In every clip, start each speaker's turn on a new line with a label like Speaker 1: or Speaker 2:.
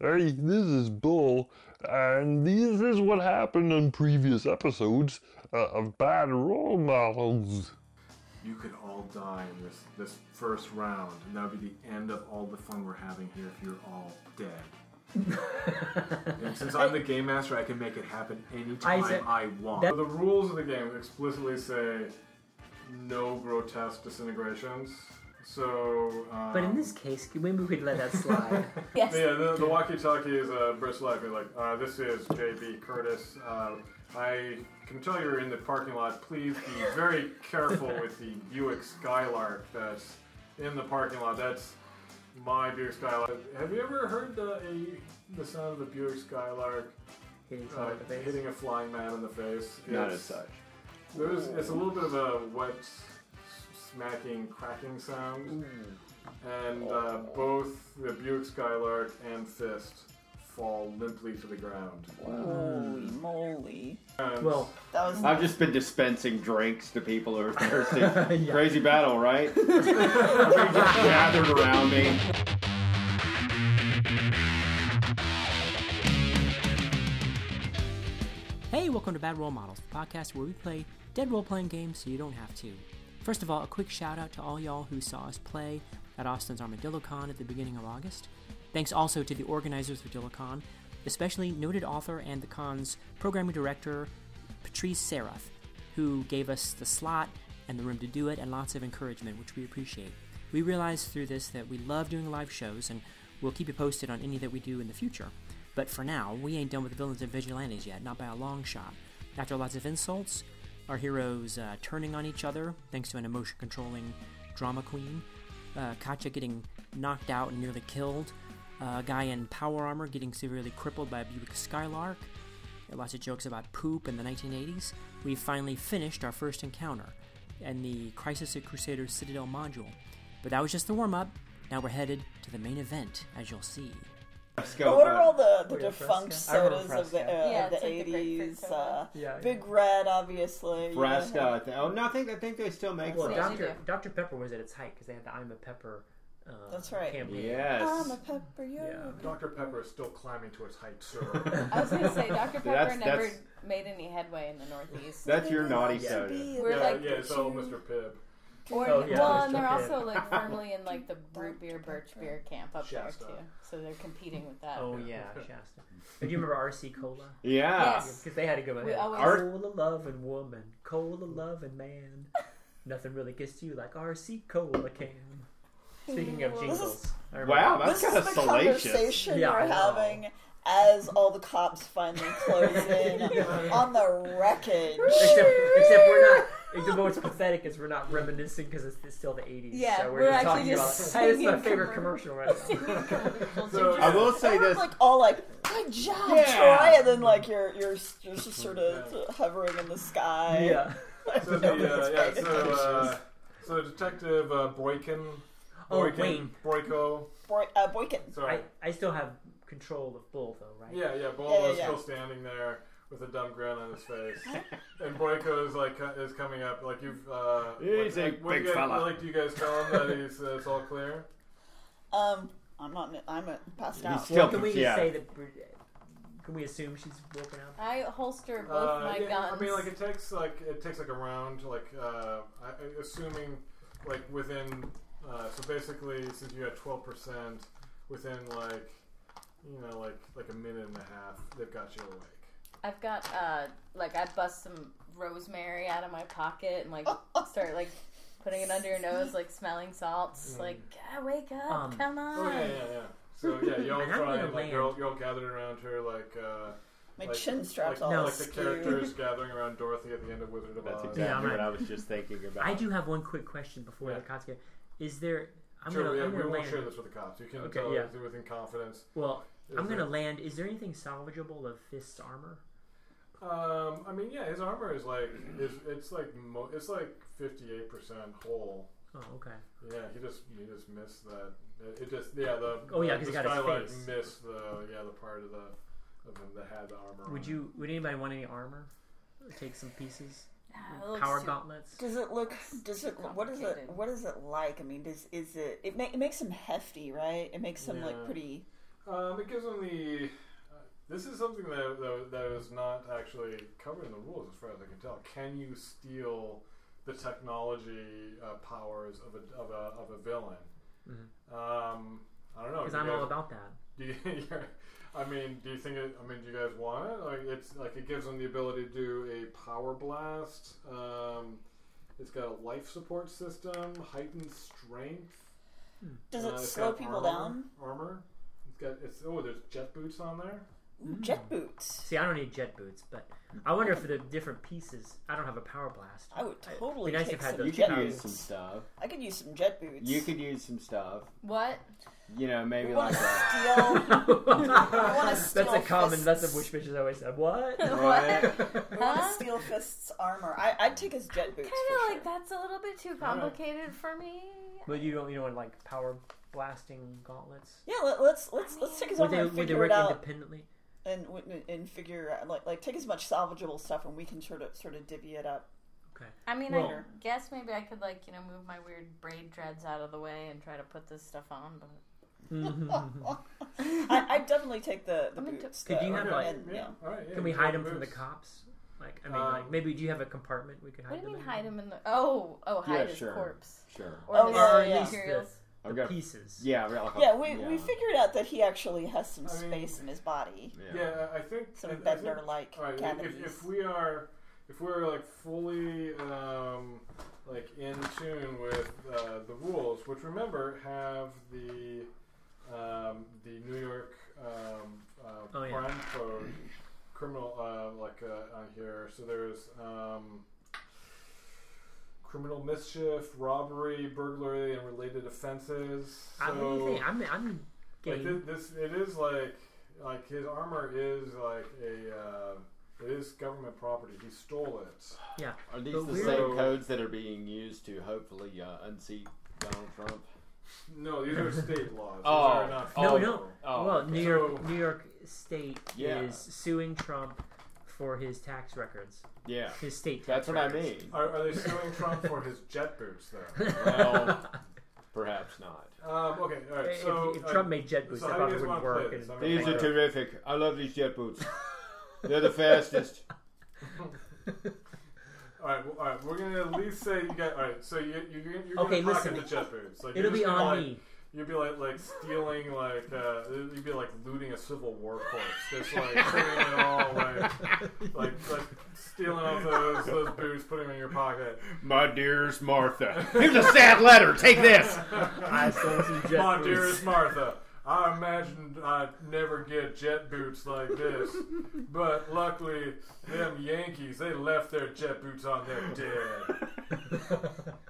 Speaker 1: Hey, this is Bill, and this is what happened in previous episodes uh, of Bad Role Models.
Speaker 2: You could all die in this this first round, and that would be the end of all the fun we're having here if you're all dead. and since I'm the game master, I can make it happen anytime
Speaker 3: I said-
Speaker 2: I, want.
Speaker 3: that-
Speaker 2: the rules of the game explicitly say no grotesque disintegrations. So, um,
Speaker 3: But in this case, maybe we could let that slide.
Speaker 4: Yes.
Speaker 2: yeah, the, the walkie-talkie is uh, Brits Life. They're like, uh, this is J.B. Curtis. Uh, I can tell you're in the parking lot. Please be very careful with the Buick Skylark that's in the parking lot. That's my Buick Skylark. Have you ever heard the a, the sound of the Buick Skylark
Speaker 3: Hitting someone
Speaker 2: uh,
Speaker 3: in the face.
Speaker 2: hitting a flying man in the face?
Speaker 5: Not
Speaker 2: It's-
Speaker 5: as such.
Speaker 2: There's, it's a little bit of a wet, s- smacking, cracking sound, and uh, both the Buick Skylark and Fist fall limply to the ground.
Speaker 4: Holy moly.
Speaker 2: And
Speaker 3: Well,
Speaker 4: That was.
Speaker 5: I've just been dispensing drinks to people who are thirsty.
Speaker 3: Yeah.
Speaker 5: Crazy battle, right? Everybody just gathered around me.
Speaker 3: Hey, welcome to Bad Role Models, the podcast where we play dead role playing games so you don't have to. First of all, a quick shout out to all y'all who saw us play at Austin's Armadillo Con at the beginning of August. Thanks also to the organizers of DillaCon, especially noted author and the con's programming director, Patrice Seraph, who gave us the slot and the room to do it and lots of encouragement, which we appreciate. We realized through this that we love doing live shows and we'll keep you posted on any that we do in the future. But for now, we ain't done with villains and vigilantes yet, not by a long shot. After lots of insults, our heroes uh, turning on each other thanks to an emotion controlling drama queen, uh, Katya getting knocked out and nearly killed, uh, a guy in power armor getting severely crippled by a Buick Skylark, and lots of jokes about poop in the 1980s, we finally finished our first encounter and the Crisis at Crusader Citadel module. But that was just the warm up. Now we're headed to the main event, as you'll see.
Speaker 5: Fresco,
Speaker 4: What are
Speaker 5: but
Speaker 4: all the, the
Speaker 6: Fresca?
Speaker 4: defunct
Speaker 6: I remember
Speaker 4: sodas of the, uh,
Speaker 6: Fresca.
Speaker 4: of
Speaker 7: Yeah,
Speaker 4: the
Speaker 7: it's like the grapefruit
Speaker 4: 80s?
Speaker 7: soda.
Speaker 4: uh,
Speaker 6: Yeah,
Speaker 4: Big Red, obviously. you know.
Speaker 5: Fresca, uh, I think. Oh, no, I think, I think they still make
Speaker 3: Well,
Speaker 7: Yes,
Speaker 5: Fresca.
Speaker 7: they
Speaker 3: Dr.
Speaker 7: do.
Speaker 3: Dr. Pepper was at its height because they had the I'm a Pepper uh,
Speaker 4: That's right.
Speaker 3: campaign.
Speaker 4: I'm a
Speaker 5: Yes.
Speaker 4: pepper, you're
Speaker 6: Yeah.
Speaker 2: Dr. Pepper is still climbing to its height, sir.
Speaker 7: I was gonna say Dr. Pepper
Speaker 5: That's-
Speaker 7: never
Speaker 5: that's-
Speaker 7: made any headway in the Northeast.
Speaker 5: That's your naughty
Speaker 4: Yeah.
Speaker 5: soda.
Speaker 7: We're
Speaker 2: yeah,
Speaker 7: like
Speaker 2: yeah, it's all Mr. Pibb.
Speaker 7: or,
Speaker 3: Oh, yeah,
Speaker 7: well,
Speaker 3: that's
Speaker 7: and they're
Speaker 3: okay.
Speaker 7: also like firmly in like the root beer, birch beer camp up
Speaker 2: Shasta.
Speaker 7: there too. So they're competing with that.
Speaker 3: Oh, yeah, Shasta. Do you remember RC Cola?
Speaker 5: Yeah.
Speaker 7: Yes.
Speaker 3: Because they had to go in
Speaker 7: We
Speaker 3: there.
Speaker 7: always-
Speaker 5: Art-
Speaker 3: Cola loving woman, cola loving man. Nothing really gets to you like RC Cola can. Speaking of jingles, I remember-
Speaker 5: Wow, that's
Speaker 4: This
Speaker 5: kind
Speaker 4: is
Speaker 5: of
Speaker 4: the
Speaker 5: salacious.
Speaker 4: conversation
Speaker 3: Yeah, I
Speaker 4: we're
Speaker 3: know.
Speaker 4: having as all the cops finally close in on the wreckage.
Speaker 3: Except, except we're not. Except what's pathetic is we're not reminiscing because it's, it's still the 80s.
Speaker 7: Yeah,
Speaker 3: so we're,
Speaker 7: we're
Speaker 3: just
Speaker 7: actually
Speaker 3: talking
Speaker 7: just
Speaker 3: about. Hey, this is my
Speaker 7: singing
Speaker 3: favorite commercial
Speaker 7: commercial.
Speaker 3: right now.
Speaker 2: So,
Speaker 5: I will say
Speaker 4: Everyone's
Speaker 5: this.
Speaker 4: like all like, good job,
Speaker 5: Yeah.
Speaker 4: Troy, and then like you're you're you're just sort of hovering in the sky.
Speaker 3: yeah.
Speaker 2: so, the, uh, yeah,
Speaker 4: It's
Speaker 2: so, uh, so Detective uh, Boykin.
Speaker 3: Oh,
Speaker 2: Boykin, Boyko.
Speaker 4: Boy, uh, Boykin.
Speaker 2: Sorry.
Speaker 3: I, I still have control of Bull though, right?
Speaker 2: Yeah, yeah. Ball
Speaker 4: Yeah, yeah,
Speaker 2: is
Speaker 4: yeah.
Speaker 2: still standing there with a dumb grin on his face, and Boyko is like co- is coming up. Like you've uh,
Speaker 5: He's
Speaker 2: like,
Speaker 5: a
Speaker 2: what do you
Speaker 5: big
Speaker 2: guys,
Speaker 5: fella.
Speaker 2: Like, do you guys tell him that he's uh, it's all clear?
Speaker 4: Um, I'm not. I'm a, passed
Speaker 5: He's
Speaker 4: out.
Speaker 5: still,
Speaker 3: Can we
Speaker 5: yeah.
Speaker 3: say that? we're- Can we assume she's broken out?
Speaker 7: I holster both
Speaker 2: Uh,
Speaker 7: my
Speaker 2: yeah,
Speaker 7: guns.
Speaker 2: I mean, like it takes like it takes like a round. Like uh, I, I- assuming like within. Uh, so basically, since you had twelve percent within like you know like like a minute and a half, they've got you awake.
Speaker 7: I've got uh, like I bust some rosemary out of my pocket and like start like putting it under your nose, like smelling salts. Like "Ah, wake up,
Speaker 3: Um,
Speaker 7: come
Speaker 2: Oh
Speaker 7: on.
Speaker 2: yeah, yeah, yeah. So yeah, you all
Speaker 3: And I'm
Speaker 2: try
Speaker 3: gonna
Speaker 2: and like you're all,
Speaker 3: land.
Speaker 2: you're all gathered around her like. Uh,
Speaker 4: My
Speaker 2: like-
Speaker 4: chin straps
Speaker 2: like,
Speaker 4: all
Speaker 2: like the
Speaker 4: askew.
Speaker 2: characters gathering around Dorothy at the end of Wizard of
Speaker 5: That's
Speaker 2: Oz.
Speaker 5: exactly
Speaker 3: Yeah, I'm
Speaker 5: what
Speaker 3: right.
Speaker 5: I was just thinking about.
Speaker 3: I do have one quick question before
Speaker 2: Yeah.
Speaker 3: the cops get. Is there? I'm
Speaker 2: Sure,
Speaker 3: gonna.
Speaker 2: yeah,
Speaker 3: I'm
Speaker 2: we
Speaker 3: gonna
Speaker 2: won't
Speaker 3: land.
Speaker 2: share this with the cops. You can
Speaker 3: Okay,
Speaker 2: tell
Speaker 3: yeah.
Speaker 2: do within confidence.
Speaker 3: Well,
Speaker 2: Is
Speaker 3: I'm gonna
Speaker 2: there-
Speaker 3: land. Is there anything salvageable of Fist's armor?
Speaker 2: Um, I mean, yeah, his armor is like is it's like mo- it's like fifty eight percent whole.
Speaker 3: Oh, okay.
Speaker 2: Yeah, he just he just missed that. It, it just yeah the
Speaker 3: Oh, yeah, 'cause
Speaker 2: the
Speaker 3: he got his
Speaker 2: Skylark
Speaker 3: face.
Speaker 2: missed the yeah the part of the of him that had the armor.
Speaker 3: Would
Speaker 2: on.
Speaker 3: you? Would anybody want any armor? Take some pieces.
Speaker 7: Ah, it looks
Speaker 3: Power
Speaker 7: too-
Speaker 3: gauntlets.
Speaker 4: Does it look? Does it? look- What is it?
Speaker 7: Complicated.
Speaker 4: What is it like? I mean, does is it? It, ma- it makes him hefty, right? It makes him
Speaker 2: Yeah.
Speaker 4: like pretty
Speaker 2: Um, it gives them the. uh, This is something that, that that is not actually covered in the rules, as far as I can tell. Can you steal the technology uh, powers of a of a of a villain?
Speaker 5: Mhm.
Speaker 2: Um, I don't know.
Speaker 5: Because
Speaker 2: do you
Speaker 5: I'm
Speaker 2: guys-
Speaker 5: all about that.
Speaker 2: do you, you're- I mean, do you think? It, I mean, do you guys want it? Like, it's like it gives them the ability to do a power blast. Um, it's got a life support system, heightened strength.
Speaker 4: Does
Speaker 2: uh,
Speaker 4: it
Speaker 2: it's
Speaker 4: slow
Speaker 2: got armor,
Speaker 4: people down?
Speaker 2: Armor. It's got it's oh, there's jet boots on there.
Speaker 4: Ooh, Jet boots.
Speaker 5: See, I don't need jet boots, but I wonder if the different pieces. I don't have a power blast.
Speaker 4: I would totally
Speaker 5: nice
Speaker 4: take
Speaker 5: if I had
Speaker 4: some
Speaker 5: those.
Speaker 6: You
Speaker 4: jet
Speaker 6: could use
Speaker 4: boots.
Speaker 6: some stuff.
Speaker 4: I could use some jet boots.
Speaker 6: You could use some stuff.
Speaker 7: What?
Speaker 6: You know, maybe
Speaker 4: We
Speaker 6: like
Speaker 4: want to
Speaker 6: a
Speaker 4: steal.
Speaker 5: that's a
Speaker 4: steal
Speaker 5: common. That's
Speaker 4: fists.
Speaker 5: a wish bitches always said. What?
Speaker 6: What?
Speaker 4: we want
Speaker 7: Huh?
Speaker 4: to steal Fist's armor. I, I'd take his jet boots.
Speaker 7: Kind
Speaker 4: for
Speaker 7: of
Speaker 4: sure.
Speaker 7: like that's a little bit too complicated for me.
Speaker 5: but you don't. You don't want like power blasting gauntlets.
Speaker 4: Yeah, let, let's let's let's take his
Speaker 5: Would
Speaker 4: armor
Speaker 5: they,
Speaker 4: and
Speaker 5: would they
Speaker 4: figure
Speaker 5: work
Speaker 4: it out,
Speaker 5: independently?
Speaker 4: and and- and figure out, like like take as much salvageable stuff, and we can sort of sort of divvy it up.
Speaker 7: I mean,
Speaker 2: Well-
Speaker 7: I guess maybe I could like you know move my weird braid dreads out of the way and try to put this stuff on. But
Speaker 4: I, I'd definitely take the the
Speaker 7: Let me
Speaker 4: boots.
Speaker 5: Could
Speaker 4: though,
Speaker 5: you have,
Speaker 4: and-
Speaker 5: like-
Speaker 4: and, yeah.
Speaker 2: all right. Yeah,
Speaker 5: Can we
Speaker 2: you got
Speaker 5: hide them from the
Speaker 2: boots.
Speaker 5: cops? Like, I mean,
Speaker 2: Um,
Speaker 5: like maybe do you have a compartment we could hide
Speaker 7: what do you
Speaker 5: them
Speaker 7: mean
Speaker 5: in?
Speaker 7: hide him in the? Oh, oh, hide
Speaker 6: Yeah,
Speaker 7: his
Speaker 6: sure.
Speaker 7: corpse
Speaker 6: sure.
Speaker 7: or
Speaker 4: Oh,
Speaker 7: his
Speaker 4: yeah, yeah.
Speaker 7: materials.
Speaker 5: The
Speaker 6: I've got
Speaker 5: pieces.
Speaker 6: yeah, like a-
Speaker 4: Yeah, we, we
Speaker 6: yeah,
Speaker 4: figured out that he actually has some
Speaker 2: I mean-
Speaker 4: space in his body,
Speaker 6: yeah.
Speaker 2: Yeah, I I think. I,
Speaker 4: some
Speaker 2: I think
Speaker 4: bender like
Speaker 2: All right, if-
Speaker 4: cavities.
Speaker 2: if, if we are, if we're like fully um, like in tune with uh, the rules, which remember have the um, the New York um, uh,
Speaker 5: Oh, yeah.
Speaker 2: crime code criminal uh, like uh, on here. So there's um, criminal mischief, robbery, burglary, and related offenses.
Speaker 5: I, what do
Speaker 2: So-
Speaker 5: you think? I'm, I'm
Speaker 2: like
Speaker 5: game.
Speaker 2: this, this, it is like like his armor is like a uh, it is government property. He stole it.
Speaker 6: Are these
Speaker 5: But
Speaker 6: the
Speaker 5: we're-
Speaker 6: same codes that are being used to hopefully uh, unseat Donald Trump?
Speaker 2: No, these are state laws. These
Speaker 6: Oh.
Speaker 2: are not
Speaker 6: Oh.
Speaker 5: no,
Speaker 2: federal.
Speaker 5: no.
Speaker 6: Oh,
Speaker 5: well,
Speaker 6: okay.
Speaker 5: New
Speaker 2: So-
Speaker 5: York, New York State
Speaker 6: Yeah.
Speaker 5: is suing Trump for his tax records,
Speaker 6: Yeah,
Speaker 5: his state tax.
Speaker 6: that's what I
Speaker 5: records.
Speaker 6: mean.
Speaker 2: Are, are they suing Trump for his jet boots though?
Speaker 6: Well, perhaps not.
Speaker 2: Um, okay, all right.
Speaker 5: If-
Speaker 2: So
Speaker 5: if,
Speaker 2: uh,
Speaker 5: Trump made jet boots,
Speaker 2: so
Speaker 5: that
Speaker 2: how do
Speaker 5: probably
Speaker 2: you guys
Speaker 5: wouldn't
Speaker 2: wanna play
Speaker 5: work.
Speaker 2: this?
Speaker 5: and-
Speaker 2: I mean,
Speaker 6: These are
Speaker 2: like-
Speaker 6: terrific. I love these jet boots. They're the fastest.
Speaker 2: all right, well, all right. We're gonna at least say you got all right. So you, you you're, you're
Speaker 5: Okay,
Speaker 2: gonna
Speaker 5: listen.
Speaker 2: pocket the jet boots. Like
Speaker 5: It'll
Speaker 2: you're
Speaker 5: be
Speaker 2: just gonna,
Speaker 5: on
Speaker 2: like,
Speaker 5: me.
Speaker 2: You'd be like like stealing like uh, you'd be like looting a Civil War corpse. Just like putting it all like like, like stealing off those those boots, putting them in your pocket.
Speaker 6: My dearest Martha, here's a sad letter. Take this.
Speaker 5: I stole some jet
Speaker 2: My
Speaker 5: boots.
Speaker 2: dearest Martha, I imagined I'd never get jet boots like this, but luckily them Yankees they left their jet boots on their dead.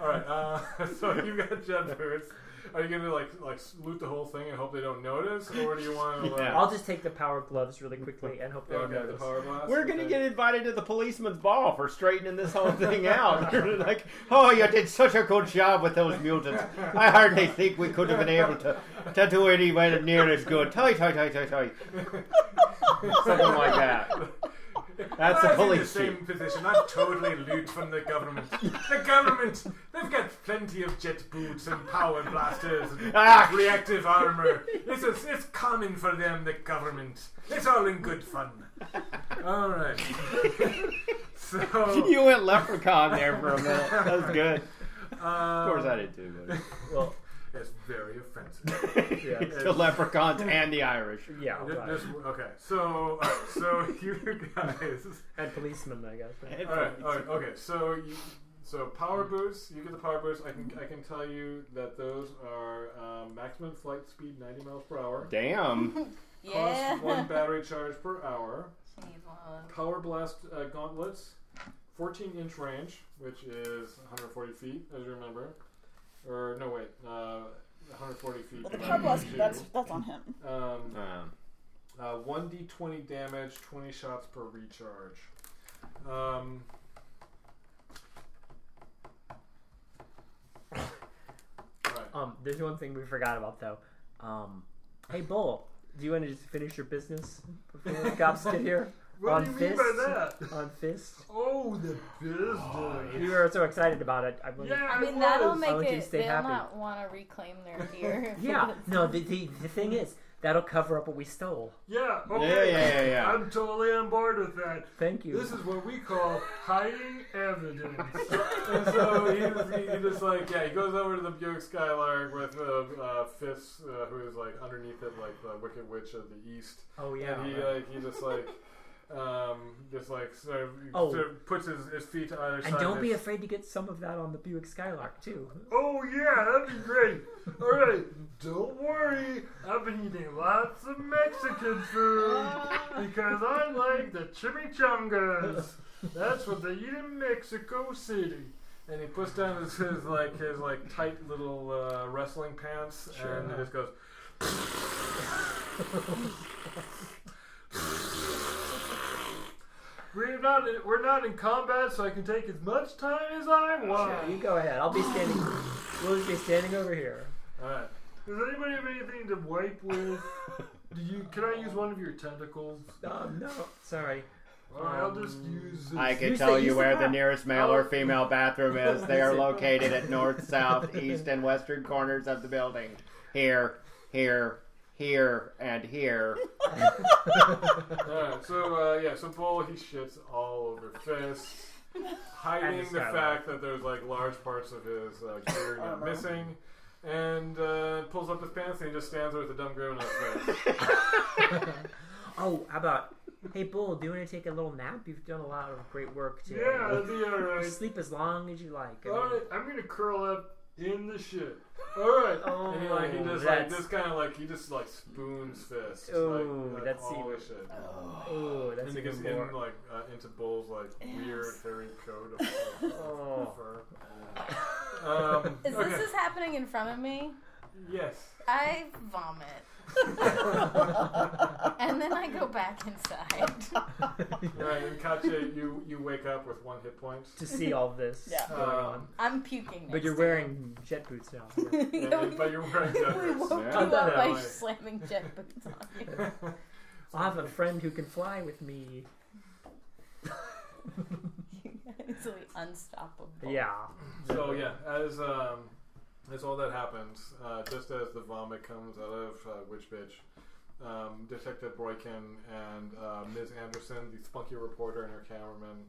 Speaker 2: all right, uh, so you got jet boots. Are you gonna like like loot the whole thing and hope they don't notice, or do you want to like?
Speaker 6: Yeah.
Speaker 5: I'll just take the power gloves really quickly and hope they don't
Speaker 2: Okay, the
Speaker 5: notice.
Speaker 2: power blast.
Speaker 6: We're gonna
Speaker 2: Okay.
Speaker 6: get invited to the policeman's ball for straightening this whole thing out. They're like, oh, you did such a good job with those mutants. I hardly think we could have been able to, to do anywhere near as good. Toy, toy, toy, toy, toy. Something like that. That's
Speaker 2: I was in the
Speaker 6: the police chief.
Speaker 2: same position. I'm totally loot from the government. The government, they've got plenty of jet boots and power blasters and
Speaker 6: Ah.
Speaker 2: reactive armor. It's, it's, it's common for them, the government. It's all in good fun. All right. so,
Speaker 6: You went leprechaun there for a minute. That was good. Of course I did too.
Speaker 5: Well,
Speaker 2: it's um, very offensive.
Speaker 6: But
Speaker 5: yeah,
Speaker 6: the leprechauns and the Irish.
Speaker 5: yeah, right.
Speaker 2: This- okay, so uh, so you guys.
Speaker 5: and policemen, I guess. right?
Speaker 2: All right, all right, okay. So, you, so
Speaker 8: Mm.
Speaker 2: power boots. You get the power boots. I can I can tell you that those are um, maximum flight speed, ninety miles per hour.
Speaker 6: Damn.
Speaker 7: Yeah.
Speaker 2: Cost one battery charge per hour.
Speaker 7: She needs one.
Speaker 2: Power blast uh, gauntlets, fourteen inch range, which is one hundred forty feet, as you remember. Or no, wait, uh, one hundred forty feet.
Speaker 4: well, the
Speaker 2: divided
Speaker 4: car
Speaker 2: by
Speaker 4: blast,
Speaker 2: two.
Speaker 4: that's that's on him.
Speaker 2: Um,
Speaker 6: Um,
Speaker 2: uh, 1d20 damage, 20 shots per recharge. Um, right.
Speaker 5: Um, there's one thing we forgot about though. Um, hey, Bull, do you want to just finish your business before the cops get here? on
Speaker 8: What do you mean by
Speaker 5: fists?
Speaker 8: that?
Speaker 5: on Fist.
Speaker 8: Oh, the business.
Speaker 2: Oh,
Speaker 5: You were so excited about it. I believe.
Speaker 8: yeah,
Speaker 7: I mean,
Speaker 8: was.
Speaker 7: that'll
Speaker 5: I want
Speaker 7: make
Speaker 5: you to
Speaker 7: it.
Speaker 5: stay
Speaker 7: They'll
Speaker 5: happy.
Speaker 7: not want to reclaim their gear.
Speaker 5: Yeah. No. The, the the thing is, that'll cover up what we stole.
Speaker 8: Yeah,
Speaker 6: Yeah,
Speaker 8: okay.
Speaker 6: yeah, yeah, yeah.
Speaker 8: I'm totally on board with that.
Speaker 5: Thank you.
Speaker 8: This is what we call hiding evidence.
Speaker 2: And so he, he just like yeah, he goes over to the Buick Skylark with uh, uh, Fist, uh, who is like underneath it, like the Wicked Witch of the East.
Speaker 5: oh yeah.
Speaker 2: And he
Speaker 5: right.
Speaker 2: like he just like um just like sort of,
Speaker 5: Oh.
Speaker 2: sort of puts his, his feet to either side.
Speaker 5: and don't
Speaker 2: of
Speaker 5: be
Speaker 2: his-
Speaker 5: afraid to get some of that on the Buick Skylark too.
Speaker 8: oh yeah, that'd be great. All right, don't worry. I've been eating lots of Mexican food because I like the chimichangas. That's what they eat in Mexico City.
Speaker 2: and he puts down his, his like his like tight little uh, wrestling pants
Speaker 5: Sure.
Speaker 2: and he just goes
Speaker 8: We're not we're not in combat, so I can take as much time as I
Speaker 5: Sure, you
Speaker 8: want.
Speaker 5: go ahead. I'll be standing. We'll just be standing over here.
Speaker 2: all right
Speaker 8: Does anybody have anything to wipe with? Do you? Can I use one of your tentacles?
Speaker 5: Oh no. Sorry.
Speaker 8: Or I'll just
Speaker 2: Um,
Speaker 8: use. This.
Speaker 6: I can
Speaker 5: Use the-
Speaker 6: tell you
Speaker 5: use the
Speaker 6: where the
Speaker 5: map.
Speaker 6: nearest male or female bathroom is. They are
Speaker 5: Is it-
Speaker 6: located at north, south, east, and western corners of the building. Here, here, here, and here.
Speaker 2: Alright, so uh, yeah, so Bull he shits all over Fist, hiding
Speaker 5: And the
Speaker 2: the
Speaker 5: skyline.
Speaker 2: fact that there's like large parts of his uh, gear not
Speaker 4: Armor.
Speaker 2: missing, and uh, pulls up his pants and he just stands there with a dumb grin on his face.
Speaker 5: Oh, how about? Hey, Bull, do you want to take a little nap? You've done a lot of great work today.
Speaker 8: Yeah, that'd be alright.
Speaker 5: Sleep as long as you like. I mean,
Speaker 8: Alright, I'm gonna curl up in the shit. Alright.
Speaker 5: Oh,
Speaker 2: and he like he just like
Speaker 5: that's-
Speaker 2: this kind of like he just like spoons Fist. just,
Speaker 5: Oh,
Speaker 2: like,
Speaker 5: that's
Speaker 2: all
Speaker 5: even-
Speaker 2: his shit.
Speaker 5: Oh, that's
Speaker 2: and it gets
Speaker 5: even
Speaker 2: in
Speaker 5: more.
Speaker 2: like uh, into Bull's like weird hairy coat of
Speaker 5: Oh.
Speaker 2: fur. Um,
Speaker 7: Is
Speaker 2: okay.
Speaker 7: this is happening in front of me?
Speaker 2: yes.
Speaker 7: I vomit. and then I go back inside.
Speaker 2: Right, and Katya, you, you wake up with one hit point. Um,
Speaker 5: To see all this
Speaker 4: Yeah.
Speaker 5: going
Speaker 2: Uh,
Speaker 5: on,
Speaker 7: I'm puking. Next
Speaker 5: but you're
Speaker 7: to
Speaker 5: wearing jet boots now.
Speaker 7: you.
Speaker 2: Yeah, but you're wearing
Speaker 7: we
Speaker 2: deadlifts.
Speaker 7: woke
Speaker 5: Oh,
Speaker 6: Yeah.
Speaker 7: you up by
Speaker 2: Yeah.
Speaker 7: slamming jet boots on you.
Speaker 5: I'll have a friend who can fly with me.
Speaker 7: Easily unstoppable.
Speaker 5: Yeah.
Speaker 2: So yeah, as um, as all that happens, uh, just as the vomit comes out of uh, Witch Bitch, um, Detective Boykin and uh, Ms. Anderson, the spunky reporter and her cameraman,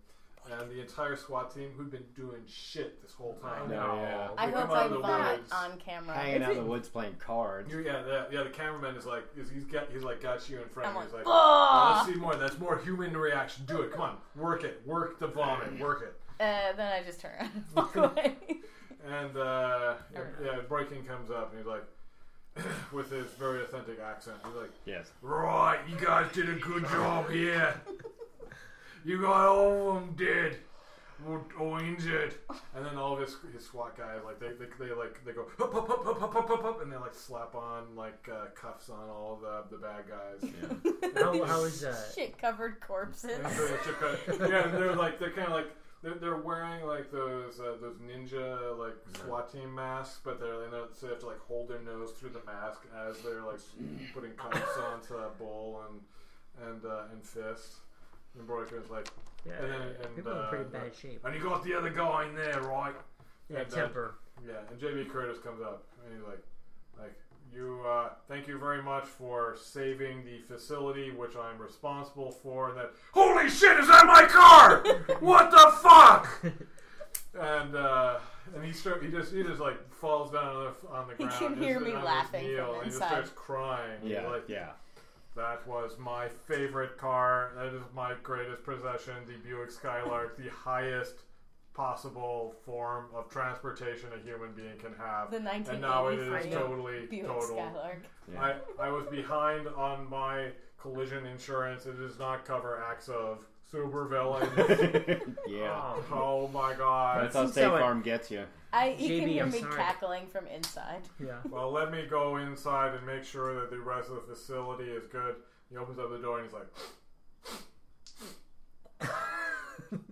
Speaker 2: and the entire SWAT team who'd been doing shit this whole time.
Speaker 6: know.
Speaker 2: Yeah.
Speaker 7: I
Speaker 2: They
Speaker 7: hope
Speaker 2: come out
Speaker 7: I
Speaker 2: of the
Speaker 7: vomit
Speaker 2: woods.
Speaker 7: on camera.
Speaker 6: Hanging out
Speaker 7: If
Speaker 6: in the woods playing cards.
Speaker 2: You- yeah, the, yeah. The cameraman is like, is, he's got, he's like got you in front.
Speaker 7: I'm
Speaker 2: he's like,
Speaker 7: like,
Speaker 2: "Oh,
Speaker 7: "Bah!"
Speaker 2: let's see more. That's more human reaction. Do it. Come on, work it. Work the vomit. Work it.
Speaker 7: Uh, then I just turn around and walk away.
Speaker 2: And uh,
Speaker 7: Or-
Speaker 2: yeah, Breaking comes up and he's like, with his very authentic accent, he's like,
Speaker 6: Yes.
Speaker 2: "Right, you guys did a good job here. You got all of them dead or, or injured." And then all of his, his SWAT guys like they, they, they like they go up up up up up up up up and they like slap on like uh, cuffs on all of the the bad guys.
Speaker 5: How, how is uh?
Speaker 7: Shit covered corpses.
Speaker 2: And so it's just kinda- yeah, and they're like they're kind of like they're, they're wearing like those uh, those ninja like SWAT team masks, but they're they know, so they have to like hold their nose through the mask as they're like putting cuffs onto that bowl and and uh, and fist. And Brody's like,
Speaker 5: Yeah,
Speaker 2: and then and,
Speaker 5: people are in
Speaker 2: uh,
Speaker 5: pretty bad shape.
Speaker 2: and you got the other guy in there, right?
Speaker 5: Yeah,
Speaker 2: and, uh,
Speaker 5: temper.
Speaker 2: Yeah, and JB Curtis comes up and he's like, like you, uh, thank you very much for saving the facility which I'm responsible for. And that holy shit is that my car? what the fuck? and uh, and he start, he just he just like falls down on the, on the
Speaker 7: He
Speaker 2: ground.
Speaker 7: can
Speaker 2: just
Speaker 7: hear
Speaker 2: on
Speaker 7: me
Speaker 2: his
Speaker 7: laughing
Speaker 2: kneel,
Speaker 7: from
Speaker 2: and he just
Speaker 7: inside.
Speaker 2: starts crying. He's
Speaker 6: Yeah.
Speaker 2: like,
Speaker 6: Yeah.
Speaker 2: that was my favorite car. That is my greatest possession, the Buick Skylark, the highest possible form of transportation a human being can have.
Speaker 7: The
Speaker 2: and now it
Speaker 7: 1983
Speaker 2: is totally
Speaker 7: Buick
Speaker 2: total.
Speaker 7: Skylark.
Speaker 2: I, I was behind on my collision insurance. It does not cover acts of super villains.
Speaker 6: yeah.
Speaker 2: oh my god.
Speaker 6: That's how State
Speaker 5: So it-
Speaker 6: Farm gets you.
Speaker 7: I you
Speaker 5: JB,
Speaker 7: can hear
Speaker 5: I'm
Speaker 7: me
Speaker 5: sorry.
Speaker 7: cackling from inside.
Speaker 5: Yeah.
Speaker 2: Well, let me go inside and make sure that the rest of the facility is good. He opens up the door and he's like,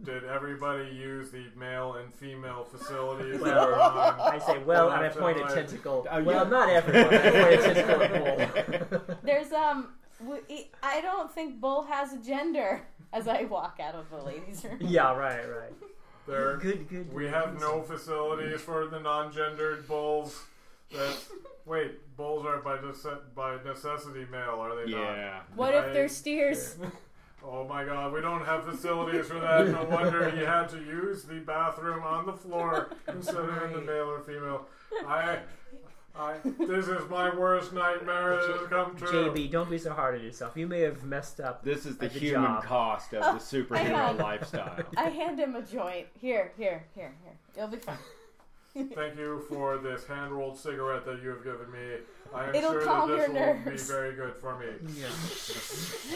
Speaker 2: Did everybody use the male and female facilities?
Speaker 5: Well,
Speaker 2: Or, um,
Speaker 5: I say, well, and I
Speaker 2: That's
Speaker 5: point
Speaker 2: all
Speaker 5: a
Speaker 2: right.
Speaker 5: tentacle.
Speaker 6: Oh,
Speaker 5: Well,
Speaker 6: yeah.
Speaker 5: not everyone. I point a tentacle at Bull.
Speaker 7: e, There's um, w- I don't think Bull has a gender. as I walk out of the ladies' room.
Speaker 5: Yeah, right, right.
Speaker 2: There,
Speaker 5: Good, good.
Speaker 2: we have no facilities for the non-gendered bulls. That's, wait, bulls are by nece- by necessity male, are they not?
Speaker 6: Yeah.
Speaker 7: What if they're steers?
Speaker 2: Oh my god, we don't have facilities for that. No wonder you had to use the bathroom on the floor instead of in the
Speaker 5: Right.
Speaker 2: male or female. I, I, this is my worst nightmare that has come true.
Speaker 5: JB, don't be so hard on yourself. You may have messed up.
Speaker 6: This is the
Speaker 5: Like a
Speaker 6: human
Speaker 5: job.
Speaker 6: cost of the superhero
Speaker 7: had-
Speaker 6: lifestyle.
Speaker 7: I hand him a joint. Here, here, here, here. It'll be fine.
Speaker 2: Thank you for this hand-rolled cigarette that you have given me. I am
Speaker 7: It'll
Speaker 2: sure that
Speaker 7: calm
Speaker 2: this will
Speaker 7: your
Speaker 2: be
Speaker 7: nerves.
Speaker 2: very good for me.
Speaker 5: Yeah.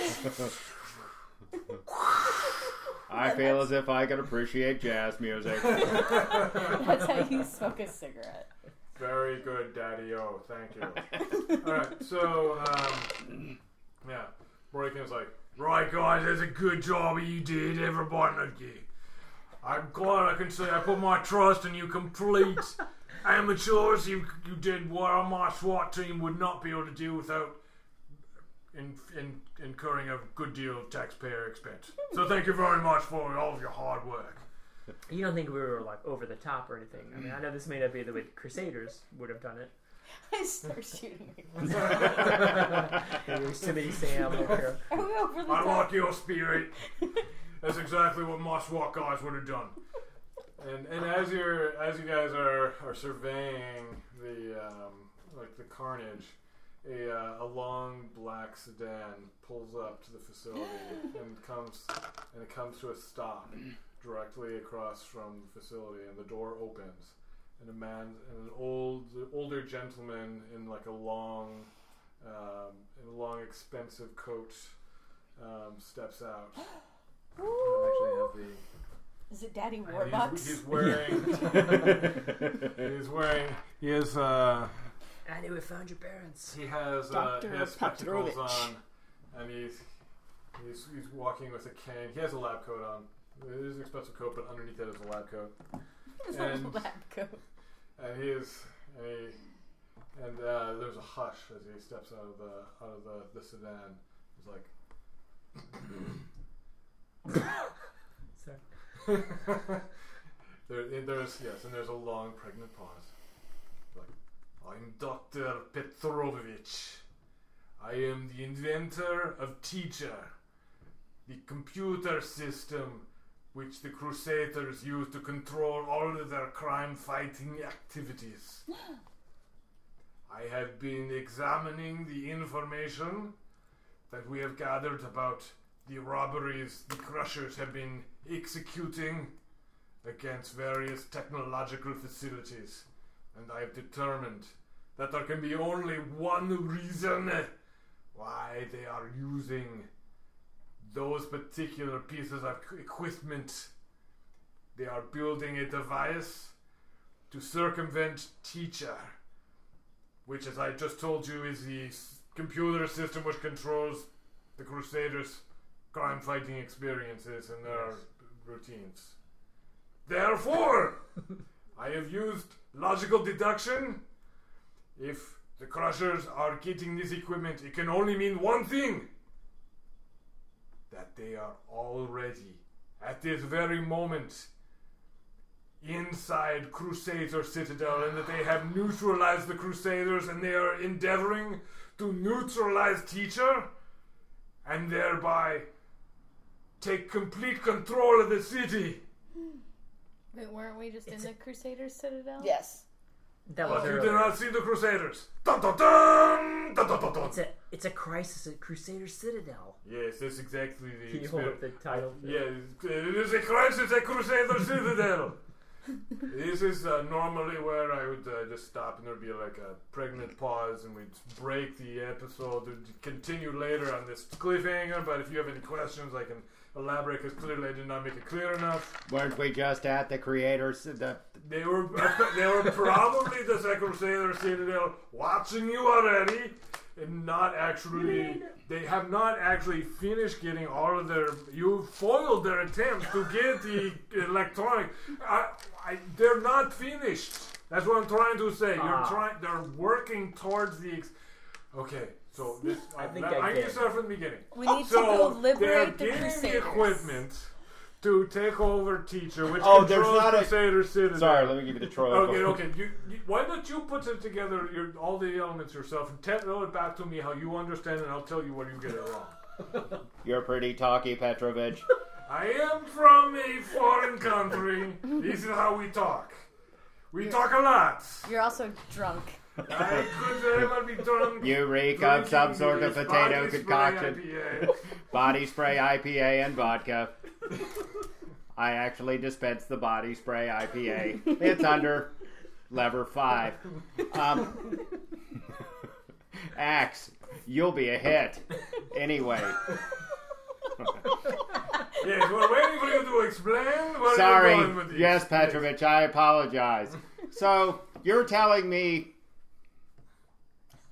Speaker 6: I feel as if I could appreciate jazz music.
Speaker 7: That's how you smoke a cigarette.
Speaker 2: Very good, Daddy O. Thank you. All right, so um, yeah, Boykin's like, right, guys, that's a good job you did, everybody. of you. I'm glad I can say I put my trust in you, complete amateurs. You you did what my SWAT team would not be able to do without. In, in, incurring a good deal of taxpayer expense. So thank you very much for all of your hard work.
Speaker 5: You don't think we were like over the top or anything? I mean, I know this may not be the way Crusaders would have done it.
Speaker 7: I start shooting.
Speaker 5: Maybe Yosemite Sam or
Speaker 7: Are we over the
Speaker 2: I
Speaker 7: top?
Speaker 2: like your spirit. That's exactly what my SWAT guys would have done. And and as you're as you guys are, are surveying the um, like the carnage, a uh, a long black sedan pulls up to the facility and comes and it comes to a stop directly across from the facility, and the door opens, and a man and an old older gentleman in like a long um, in a long expensive coat um, steps out. I don't actually have the
Speaker 7: Is it Daddy
Speaker 2: and
Speaker 7: Warbucks?
Speaker 2: He's, he's wearing. he's wearing. He has. Uh,
Speaker 5: I knew we found your parents.
Speaker 2: he has. Uh, he
Speaker 4: Dr.
Speaker 2: has spectacles
Speaker 4: Petrovich.
Speaker 2: on, and he's, he's he's walking with a cane. He has a lab coat on. It is an expensive coat, but underneath it is a lab coat,
Speaker 7: It's not a
Speaker 2: and-
Speaker 7: lab coat.
Speaker 2: and he is. And, he, and uh, there's a hush as he steps out of the out of the, the sedan. He's like,
Speaker 5: Sorry.
Speaker 2: there, and there's yes, and there's a long pregnant pause. Like, I'm Doctor Petrovich. I am the inventor of Teacher, the computer system which the Crusaders use to control all of their crime-fighting activities. I have been examining the information that we have gathered about the robberies the Crushers have been executing against various technological facilities, and I have determined that there can be only one reason why they are using those particular pieces of equipment. They are building a device to circumvent Teacher, which, as I just told you, is the s- computer system which controls the Crusaders' crime fighting experiences and their routines. Therefore, I have used logical deduction. If the Crushers are getting this equipment, it can only mean one thing that they are already, at this very moment, inside Crusader Citadel and that they have neutralized the Crusaders and they are endeavoring to neutralize Teacher and thereby take complete control of the city.
Speaker 7: Wait, weren't we just
Speaker 5: It's
Speaker 7: in the Crusaders Citadel?
Speaker 4: Yes.
Speaker 5: That was
Speaker 2: But you
Speaker 5: earlier.
Speaker 2: did not see the Crusaders. Dun, dun, dun, dun, dun, dun, dun.
Speaker 5: It's a it's a crisis at Crusader Citadel.
Speaker 2: Yes, that's exactly the.
Speaker 5: Can you hold up the
Speaker 2: exper-
Speaker 5: title?
Speaker 2: Yes, it is a crisis at Crusader Citadel. this is uh, normally where I would uh, just stop and there'd be like a pregnant pause and we'd break the episode and continue later on this cliffhanger. But if you have any questions, I can elaborate because clearly I did not make it clear enough.
Speaker 6: Weren't we just at the creators? The,
Speaker 2: They were they were probably the Crusader Citadel watching you already, and not actually. They have not actually finished getting all of their. You foiled their attempts to get the electronic. I, I, they're not finished. That's what I'm trying to say. You're
Speaker 5: Ah.
Speaker 2: trying. They're working towards the. Ex- okay, So this, I,
Speaker 5: I think
Speaker 2: that-
Speaker 5: I
Speaker 2: I need to
Speaker 5: did.
Speaker 2: start from the beginning.
Speaker 7: We need to
Speaker 2: So
Speaker 7: go
Speaker 2: they're
Speaker 7: liberate the
Speaker 2: getting
Speaker 7: Crusaders.
Speaker 2: equipment to take over Teacher, which
Speaker 6: Oh, there's
Speaker 2: controls
Speaker 6: not a-
Speaker 2: Crusader Citadel.
Speaker 6: Sorry, let me give you the Troy.
Speaker 2: Okay, okay. You, you, why don't you put it together, your, all the elements yourself, and tell it back to me how you understand, and I'll tell you where you get it wrong.
Speaker 6: You're pretty talky, Petrovich.
Speaker 2: I am from a foreign country. this is how we talk. We talk a lot.
Speaker 7: You're also drunk.
Speaker 2: I could very well be drunk.
Speaker 6: You reek of some sort of
Speaker 2: drinking
Speaker 6: potato
Speaker 2: this Spanish
Speaker 6: concoction,
Speaker 2: Rye IPA.
Speaker 6: body spray IPA, and vodka. I actually dispense the body spray IPA. It's under lever five. Um, axe, you'll be a hit. Anyway,
Speaker 2: yes, we're waiting for you to explain where you're going with
Speaker 6: sorry.
Speaker 2: this.
Speaker 6: Yes, Petrovich, I apologize. So you're telling me.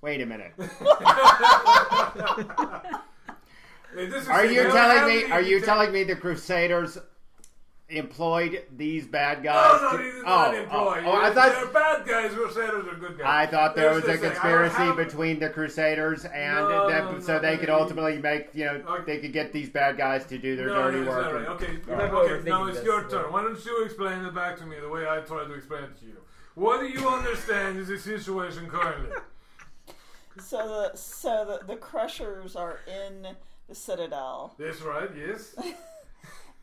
Speaker 6: Wait a minute.
Speaker 2: Hey, this is
Speaker 6: Are you
Speaker 2: Sierra
Speaker 6: telling me?
Speaker 2: Leone.
Speaker 6: Are you telling me the Crusaders employed these bad guys?
Speaker 2: No, no,
Speaker 6: to-
Speaker 2: these are not employees.
Speaker 6: Uh, oh, I
Speaker 2: they're
Speaker 6: thought
Speaker 2: bad guys. Crusaders are good guys.
Speaker 6: I thought there
Speaker 2: That's
Speaker 6: was
Speaker 2: the
Speaker 6: a
Speaker 2: thing. I don't
Speaker 6: conspiracy
Speaker 2: have-
Speaker 6: between the Crusaders and
Speaker 2: No,
Speaker 6: them,
Speaker 2: no,
Speaker 6: so
Speaker 2: no,
Speaker 6: they could
Speaker 2: no, no.
Speaker 6: ultimately make you know
Speaker 2: Okay.
Speaker 6: they could get these bad guys to do their
Speaker 2: No,
Speaker 6: dirty
Speaker 2: no, It's
Speaker 6: work.
Speaker 2: not right.
Speaker 6: and-
Speaker 2: Okay,
Speaker 5: Remember
Speaker 2: okay,
Speaker 5: overthinking
Speaker 2: now it's
Speaker 5: this.
Speaker 2: your turn. Why don't you explain it back to me the way I tried to explain it to you? What do you understand is the situation currently?
Speaker 4: So the so the, the Crushers are in the Citadel,
Speaker 2: That's right. Yes.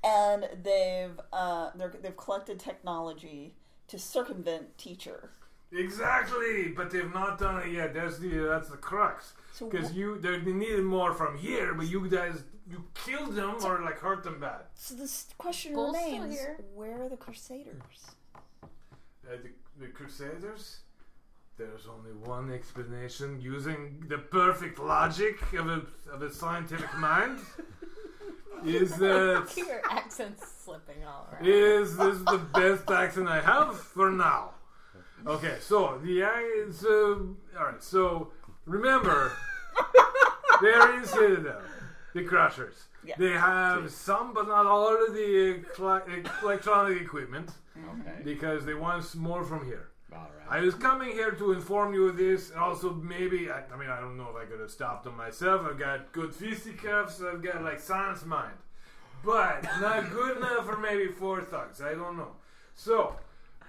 Speaker 4: and they've uh, they're, they've collected technology to circumvent Teacher.
Speaker 2: Exactly, but they've not done it yet. That's the that's the crux.
Speaker 4: So
Speaker 2: Because
Speaker 4: wh-
Speaker 2: you they needed more from here, but you guys you killed them or like hurt them bad.
Speaker 4: So this question
Speaker 7: Bull's still
Speaker 4: remains:
Speaker 7: here.
Speaker 4: Where are the Crusaders?
Speaker 2: Uh, the, the Crusaders. There's only one explanation using the perfect logic of a of a scientific mind. Is that
Speaker 7: Your accent's slipping all around.
Speaker 2: is this the best accent I have for now? Okay, so the uh, so all right, so remember they're in Citadel, the Crushers.
Speaker 4: Yeah.
Speaker 2: They have some, but not all of the uh, cla- uh, electronic equipment
Speaker 6: Okay.
Speaker 2: because they want s- more from here.
Speaker 6: All right.
Speaker 2: I was coming here to inform you of this, and also maybe I, I mean I don't know if I could have stopped them myself. I've got good fisticuffs. I've got like science mind, but not good enough for maybe four thugs. I don't know. So,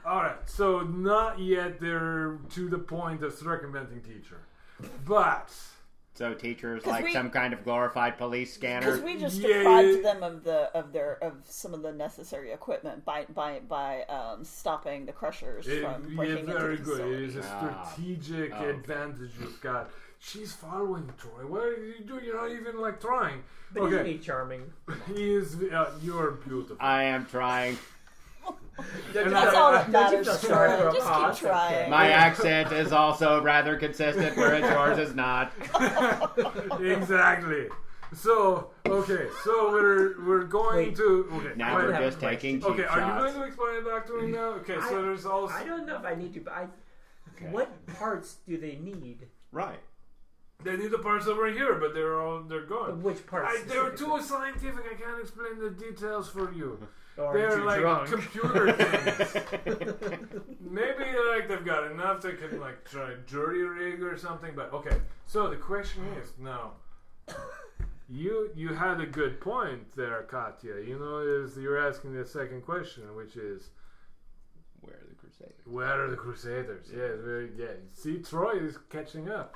Speaker 2: all right. So not yet they're to the point of circumventing teacher, but
Speaker 6: So teachers
Speaker 4: 'Cause
Speaker 6: like
Speaker 4: we-
Speaker 6: some kind of glorified police
Speaker 4: Because
Speaker 6: scanner.
Speaker 4: we just
Speaker 2: Yeah,
Speaker 4: deprived
Speaker 2: yeah.
Speaker 4: them of the of their of some of the necessary equipment by by by um, stopping the crushers
Speaker 5: Eh,
Speaker 2: it,
Speaker 4: from
Speaker 2: yeah,
Speaker 4: breaking
Speaker 2: very
Speaker 4: into the
Speaker 2: good. It
Speaker 4: facility.
Speaker 2: is a
Speaker 6: Ah.
Speaker 2: strategic
Speaker 6: Oh.
Speaker 2: advantage you've got. She's following Troy. What are you doing? You're not even like trying.
Speaker 5: But isn't he
Speaker 2: okay,
Speaker 5: charming?
Speaker 2: he is. Uh, you are beautiful.
Speaker 6: I am trying.
Speaker 2: And
Speaker 4: That's
Speaker 2: I-
Speaker 4: all
Speaker 2: I-
Speaker 4: that matters.
Speaker 5: feel
Speaker 4: Troy.
Speaker 5: sorry for
Speaker 4: Just
Speaker 5: us,
Speaker 4: keep trying.
Speaker 5: okay?
Speaker 6: My accent is also rather consistent, whereas yours is not.
Speaker 2: exactly. So okay, so we're we're going
Speaker 5: Wait.
Speaker 2: to okay.
Speaker 6: Now
Speaker 2: wait.
Speaker 6: we're
Speaker 5: have a
Speaker 6: just taking cheap
Speaker 2: okay, are you
Speaker 6: shots.
Speaker 2: going to explain it back to me now? Okay,
Speaker 5: I-
Speaker 2: so there's also
Speaker 5: I don't know if I need to, but I,
Speaker 6: Okay.
Speaker 5: what parts do they need?
Speaker 6: Right.
Speaker 2: they need the parts over here, but they're all they're
Speaker 5: But
Speaker 2: gone.
Speaker 5: Which parts?
Speaker 2: I, they're too
Speaker 5: specifically?
Speaker 2: scientific. I can't explain the details for you.
Speaker 5: Or
Speaker 2: They're
Speaker 5: too
Speaker 2: like
Speaker 5: drunk.
Speaker 2: computer things. Maybe like they've got enough they can like try jury rig or something. But okay, so the question is now. You you had a good point there, Katya. You know, is you're asking the second question, which is
Speaker 6: Where are the Crusaders?
Speaker 2: where are the Crusaders? Yes, very yeah. See, Troy is catching up.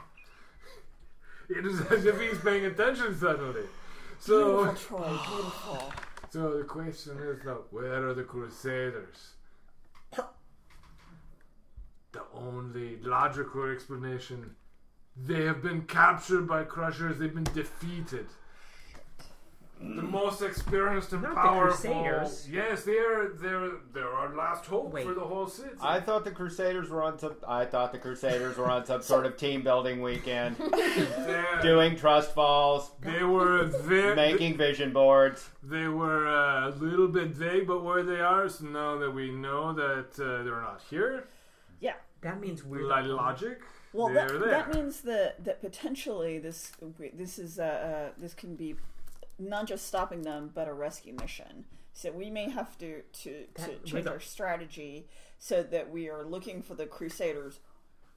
Speaker 2: It is as if he's paying attention suddenly. So
Speaker 4: Beautiful, Troy. Beautiful.
Speaker 2: so the question is now, where are the Crusaders? The only logical explanation they have been captured by Crushers, they've been defeated. The most experienced and
Speaker 5: Not the
Speaker 2: powerful.
Speaker 5: Crusaders.
Speaker 2: Yes, they are they're they're our last hope
Speaker 5: Wait.
Speaker 2: for the whole city.
Speaker 6: I thought the Crusaders were on some. I thought the Crusaders were on some sort of team building weekend,
Speaker 2: They're-
Speaker 6: doing trust falls,
Speaker 2: They were very.
Speaker 6: making vision boards.
Speaker 2: They were uh, a little bit vague about where they are, so now that we know that uh, they're not here,
Speaker 5: That means we're
Speaker 2: by logic,
Speaker 4: Well,
Speaker 2: they're
Speaker 4: that,
Speaker 2: there.
Speaker 4: that means that that potentially this this is uh, uh, this can be not just stopping them, but a rescue mission. So we may have to to, to
Speaker 5: That-
Speaker 4: change
Speaker 5: wait a-
Speaker 4: our strategy so that we are looking for the Crusaders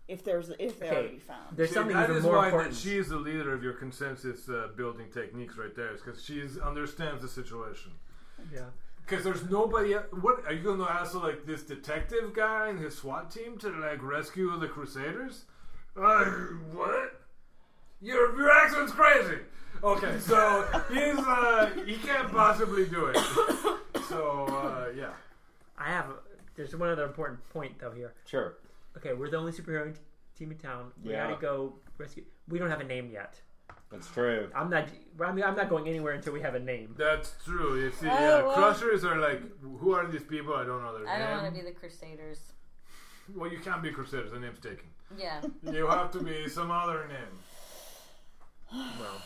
Speaker 4: if there's if they are to
Speaker 5: Okay.
Speaker 4: be found.
Speaker 5: There's
Speaker 2: See,
Speaker 5: something
Speaker 2: that
Speaker 5: even
Speaker 2: is
Speaker 5: more
Speaker 2: why
Speaker 5: important.
Speaker 2: That she is the leader of your consensus uh, building techniques right there, is because she understands the situation.
Speaker 5: yeah.
Speaker 2: Because there's nobody. el- What are you going to ask? Like this detective guy and his SWAT team to like rescue the Crusaders? Uh, what? Your your accent's crazy. Okay, so he's uh, he can't possibly do it. So uh, yeah,
Speaker 5: I have. A, there's one other important point though here.
Speaker 6: Sure.
Speaker 5: Okay, we're the only superhero t- team in town. We
Speaker 6: Yeah.
Speaker 5: gotta go rescue. We don't have a name yet.
Speaker 6: That's true.
Speaker 5: I'm not. I mean, I'm not going anywhere until we have a name.
Speaker 2: that's true. You see,
Speaker 7: Oh,
Speaker 2: uh,
Speaker 7: well.
Speaker 2: crushers are like, who are these people? I don't know their
Speaker 7: I
Speaker 2: name.
Speaker 7: don't want to be the Crusaders.
Speaker 2: Well, you can't be Crusaders. The name's taken.
Speaker 7: Yeah.
Speaker 2: You have to be some other name.
Speaker 5: Well,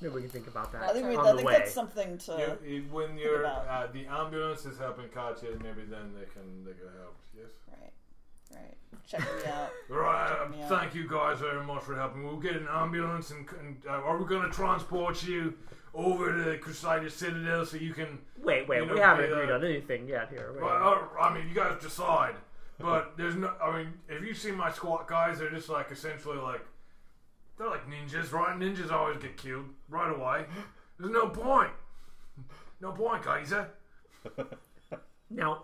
Speaker 5: maybe we can think about
Speaker 4: I
Speaker 5: that.
Speaker 4: think, we,
Speaker 5: on
Speaker 4: I
Speaker 5: the
Speaker 4: think
Speaker 5: way.
Speaker 4: that's something to.
Speaker 2: You, you- when you're
Speaker 4: Uh, about.
Speaker 2: uh, the ambulance is helping Katya, maybe then they can they can help. Yes.
Speaker 4: Right, right. Check me out.
Speaker 2: Right.
Speaker 4: me
Speaker 2: uh,
Speaker 4: out.
Speaker 2: Thank you guys very much for helping. We'll get an ambulance and, and uh, are we gonna transport you over to Crusader Citadel so you can?
Speaker 5: Wait, wait.
Speaker 2: you know,
Speaker 5: we haven't
Speaker 2: the, uh,
Speaker 5: agreed on anything yet here. Wait.
Speaker 2: Well, uh, I mean, you guys decide. But there's no. I mean, if you see my squat guys, they're just like essentially like they're like ninjas, right? Ninjas always get killed right away. There's no point. No point, Kaiser.
Speaker 5: now,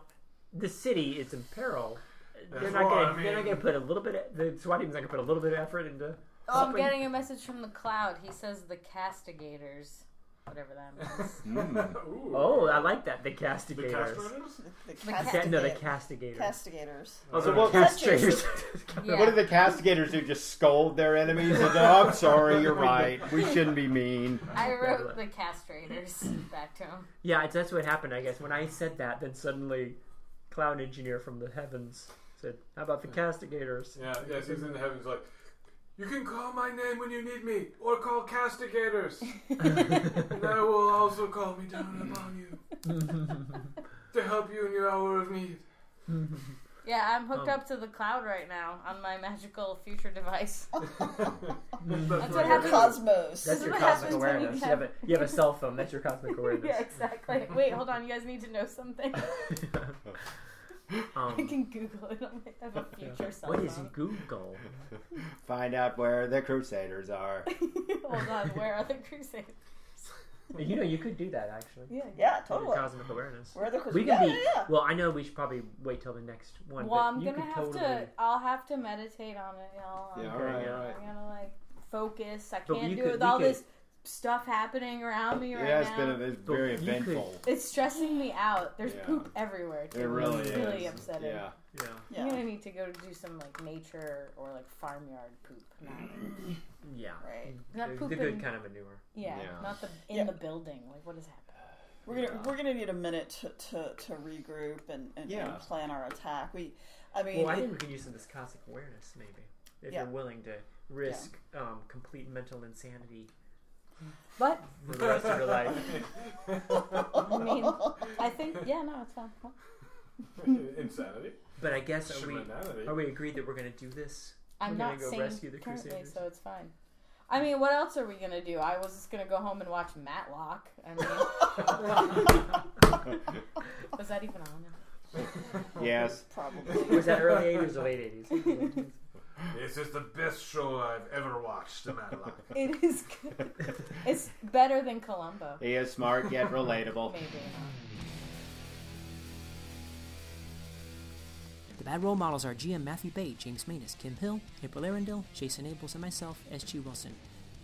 Speaker 5: the city is in peril. They're
Speaker 2: That's
Speaker 5: not,
Speaker 2: why,
Speaker 5: gonna,
Speaker 2: I mean-
Speaker 5: they're not gonna put a little bit. Of, the SWAT team's not gonna put a little bit of effort into.
Speaker 7: Oh, I'm
Speaker 5: helping.
Speaker 7: getting a message from the cloud. He says the castigators, whatever that means.
Speaker 2: Ooh.
Speaker 5: Oh, I like that. The castigators.
Speaker 4: The
Speaker 5: Ca- no, the
Speaker 4: castigate-
Speaker 5: castigators.
Speaker 4: castigators.
Speaker 5: also,
Speaker 2: well,
Speaker 5: castrators.
Speaker 7: Yeah.
Speaker 6: What do the castigators do? Just scold their enemies? And go, I'm sorry, you're right. We shouldn't be mean.
Speaker 7: I wrote the castrators back to him.
Speaker 5: Yeah, it's- that's what happened, I guess. When I said that, then suddenly Cloud Engineer from the heavens said, How about the castigators?
Speaker 2: Yeah, yes, he's in the heavens like, You can call my name when you need me, or call castigators, and I will also call me down upon you to help you in your hour of need.
Speaker 7: Yeah, I'm hooked
Speaker 5: Um,
Speaker 7: up to the cloud right now on my magical future device.
Speaker 2: That's
Speaker 7: what
Speaker 2: you're doing.
Speaker 7: happens.
Speaker 4: Cosmos.
Speaker 5: That's your cosmic
Speaker 7: what happens when you
Speaker 5: awareness. You have, a, you have a cell phone, that's your cosmic
Speaker 7: yeah,
Speaker 5: awareness.
Speaker 7: exactly. Wait, hold on. You guys need to know something. I
Speaker 5: um,
Speaker 7: can Google it. on my- I have a future cell
Speaker 5: what is
Speaker 7: phone.
Speaker 5: Google?
Speaker 6: Find out where the Crusaders are.
Speaker 7: hold on. Where are the Crusaders?
Speaker 5: You know, you could do that, actually.
Speaker 7: Yeah.
Speaker 4: Yeah,
Speaker 5: Your
Speaker 4: totally.
Speaker 5: Cosmic awareness.
Speaker 4: Where are the Crusaders?
Speaker 5: We
Speaker 4: yeah,
Speaker 5: can
Speaker 4: yeah,
Speaker 5: be.
Speaker 4: yeah.
Speaker 5: Well, I know we should probably wait till the next one.
Speaker 7: Well,
Speaker 5: but
Speaker 7: I'm
Speaker 5: you
Speaker 7: gonna
Speaker 5: could
Speaker 7: have
Speaker 5: totally,
Speaker 7: to. I'll have to meditate on it, y'all. I'm
Speaker 6: Yeah, all right, all right.
Speaker 7: I'm gonna like focus. I
Speaker 5: But
Speaker 7: can't
Speaker 5: you
Speaker 7: do
Speaker 5: could-
Speaker 7: it with
Speaker 5: we
Speaker 7: all
Speaker 5: could-
Speaker 7: this stuff happening around me right
Speaker 6: Yeah, it's
Speaker 7: now.
Speaker 6: been a, it's
Speaker 5: But
Speaker 6: very
Speaker 5: you could-
Speaker 6: eventful.
Speaker 7: It's stressing me out. There's
Speaker 6: Yeah.
Speaker 7: poop everywhere. Too.
Speaker 6: It really
Speaker 7: it's
Speaker 6: is.
Speaker 7: really upsetting.
Speaker 6: Yeah.
Speaker 5: Yeah.
Speaker 7: I'm
Speaker 4: Yeah,
Speaker 7: gonna need to go do some like nature or like farmyard poop. Not,
Speaker 5: Mm-hmm. Yeah.
Speaker 4: right.
Speaker 7: not
Speaker 5: The, the
Speaker 7: pooping.
Speaker 5: good kind of manure.
Speaker 7: yeah,
Speaker 6: Yeah.
Speaker 7: not the in
Speaker 4: Yeah.
Speaker 7: the building. Like what is happening?
Speaker 4: We're gonna we're gonna need a minute to, to, to regroup and, and,
Speaker 6: Yeah.
Speaker 4: and plan our attack. We, I mean,
Speaker 5: Well, I think we can use some of this cosmic awareness, maybe, if
Speaker 4: Yeah.
Speaker 5: you're willing to risk um, complete mental insanity
Speaker 7: But
Speaker 5: for the rest of your life.
Speaker 7: I mean, I think yeah, no, it's fine.
Speaker 2: Insanity.
Speaker 5: But I guess are we
Speaker 2: Shamanity.
Speaker 5: are we agreed that we're going to do this?
Speaker 7: I'm
Speaker 5: We're gonna
Speaker 7: not
Speaker 5: go
Speaker 7: sane
Speaker 5: rescue the
Speaker 7: currently,
Speaker 5: Crusaders.
Speaker 7: so it's fine. I mean, what else are we gonna do? I was just gonna go home and watch Matlock. I mean, was that even on?
Speaker 6: Yes.
Speaker 4: probably.
Speaker 5: Was that early '80s or late '80s?
Speaker 2: This is the best show I've ever watched, the Matlock.
Speaker 7: It is. Good. It's better than Columbo,
Speaker 6: He is smart yet relatable.
Speaker 7: maybe.
Speaker 3: The bad role models are GM Matthew Bate, James Manus, Kim Hill, April Arundel, Jason Ables, and myself, S.G. Wilson.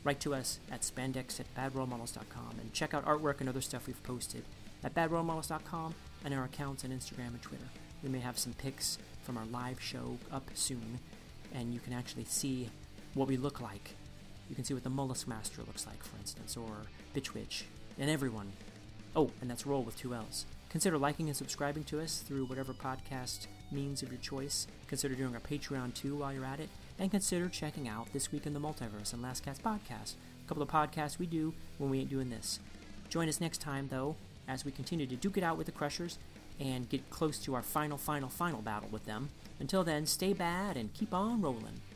Speaker 3: Write to us at spandex at badrolemodels.com and check out artwork and other stuff we've posted at badrolemodels.com and our accounts on Instagram and Twitter. We may have some pics from our live show up soon, and you can actually see what we look like. You can see what the Mollusk Master looks like, for instance, or Bitch Witch, and everyone Oh, and that's roll with two L's. Consider liking and subscribing to us through whatever podcast means of your choice. Consider doing our Patreon too while you're at it. And consider checking out This Week in the Multiverse and Last Cast Podcast, a couple of podcasts we do when we ain't doing this. Join us next time, though, as we continue to duke it out with the Crushers and get close to our final, final, final battle with them. Until then, stay bad and keep on rolling.